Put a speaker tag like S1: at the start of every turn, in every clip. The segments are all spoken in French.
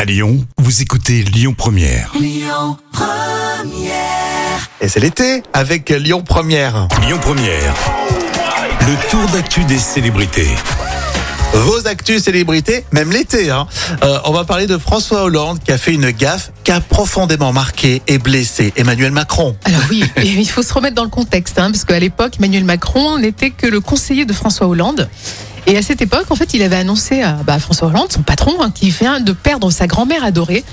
S1: À Lyon, vous écoutez Lyon Première.
S2: Et c'est l'été avec Lyon Première.
S1: Lyon Première. Le tour d'actu des célébrités.
S2: Vos actus célébrités, même l'été. hein. Euh, on va parler de François Hollande qui a fait une gaffe qui a profondément marqué et blessé Emmanuel Macron.
S3: Alors oui, il faut se remettre dans le contexte, hein, parce qu'à l'époque, Emmanuel Macron n'était que le conseiller de François Hollande. Et à cette époque, en fait, il avait annoncé à bah, François Hollande, son patron, hein, qui vient de perdre sa grand-mère adorée.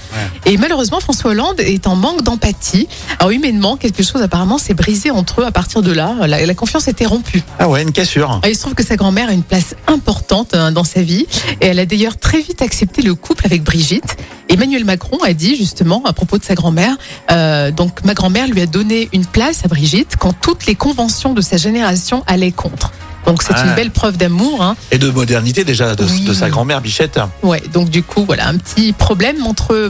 S3: Et malheureusement, François Hollande est en manque d'empathie. Alors humainement, quelque chose apparemment s'est brisé entre eux à partir de là. La, la confiance était rompue.
S2: Ah ouais, une cassure.
S3: Alors, Il se trouve que sa grand-mère a une place importante hein, dans sa vie. Et elle a d'ailleurs très vite accepté le couple avec Brigitte. Emmanuel Macron a dit justement à propos de sa grand-mère, euh, donc ma grand-mère lui a donné une place à Brigitte quand toutes les conventions de sa génération allaient contre. Donc c'est
S2: Ah.
S3: une belle preuve d'amour. hein.
S2: Et de modernité déjà de,
S3: Oui.
S2: de sa grand-mère Bichette.
S3: Ouais, donc du coup voilà un petit problème entre euh,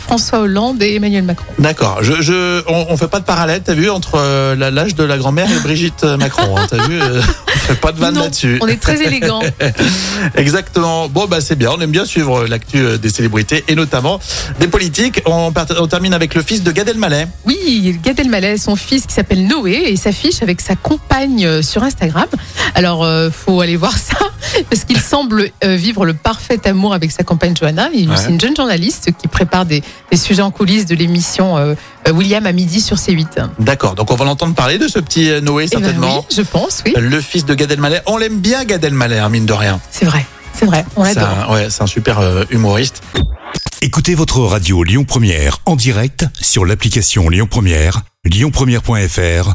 S3: François Hollande et Emmanuel Macron.
S2: D'accord. Je, je, on, on fait pas de parallèle, t'as vu, entre euh, la- l'âge de la grand-mère et Brigitte Macron. hein, t'as vu, euh, on fait pas de vanne
S3: Non,
S2: là-dessus.
S3: on est très élégant.
S2: Exactement. Bon, bah, c'est bien. On aime bien suivre l'actu euh, des célébrités et notamment des politiques. On, part- on termine avec le fils de Gad Elmaleh.
S3: Oui, Gad Elmaleh, son fils qui s'appelle Noé, et s'affiche avec sa compagne euh, sur Instagram. Alors, euh, faut aller voir ça, parce qu'il semble euh, vivre le parfait amour avec sa compagne Johanna. Il-
S2: Ouais.
S3: C'est une jeune journaliste qui prépare des, des sujets en coulisses de l'émission euh, euh, William à midi sur C8.
S2: D'accord. Donc, on va l'entendre parler de ce petit euh, Noé,
S3: Eh ben
S2: certainement.
S3: oui, je pense, oui,
S2: Le fils de Gad Elmaleh. On l'aime bien, Gad Elmaleh, hein, mine de rien.
S3: c'est vrai, c'est vrai, on
S2: C'est
S3: l'adore.
S2: un, ouais, c'est un super euh, humoriste.
S1: Écoutez votre radio Lyon Première en direct sur l'application Lyon Première, lyonpremière.fr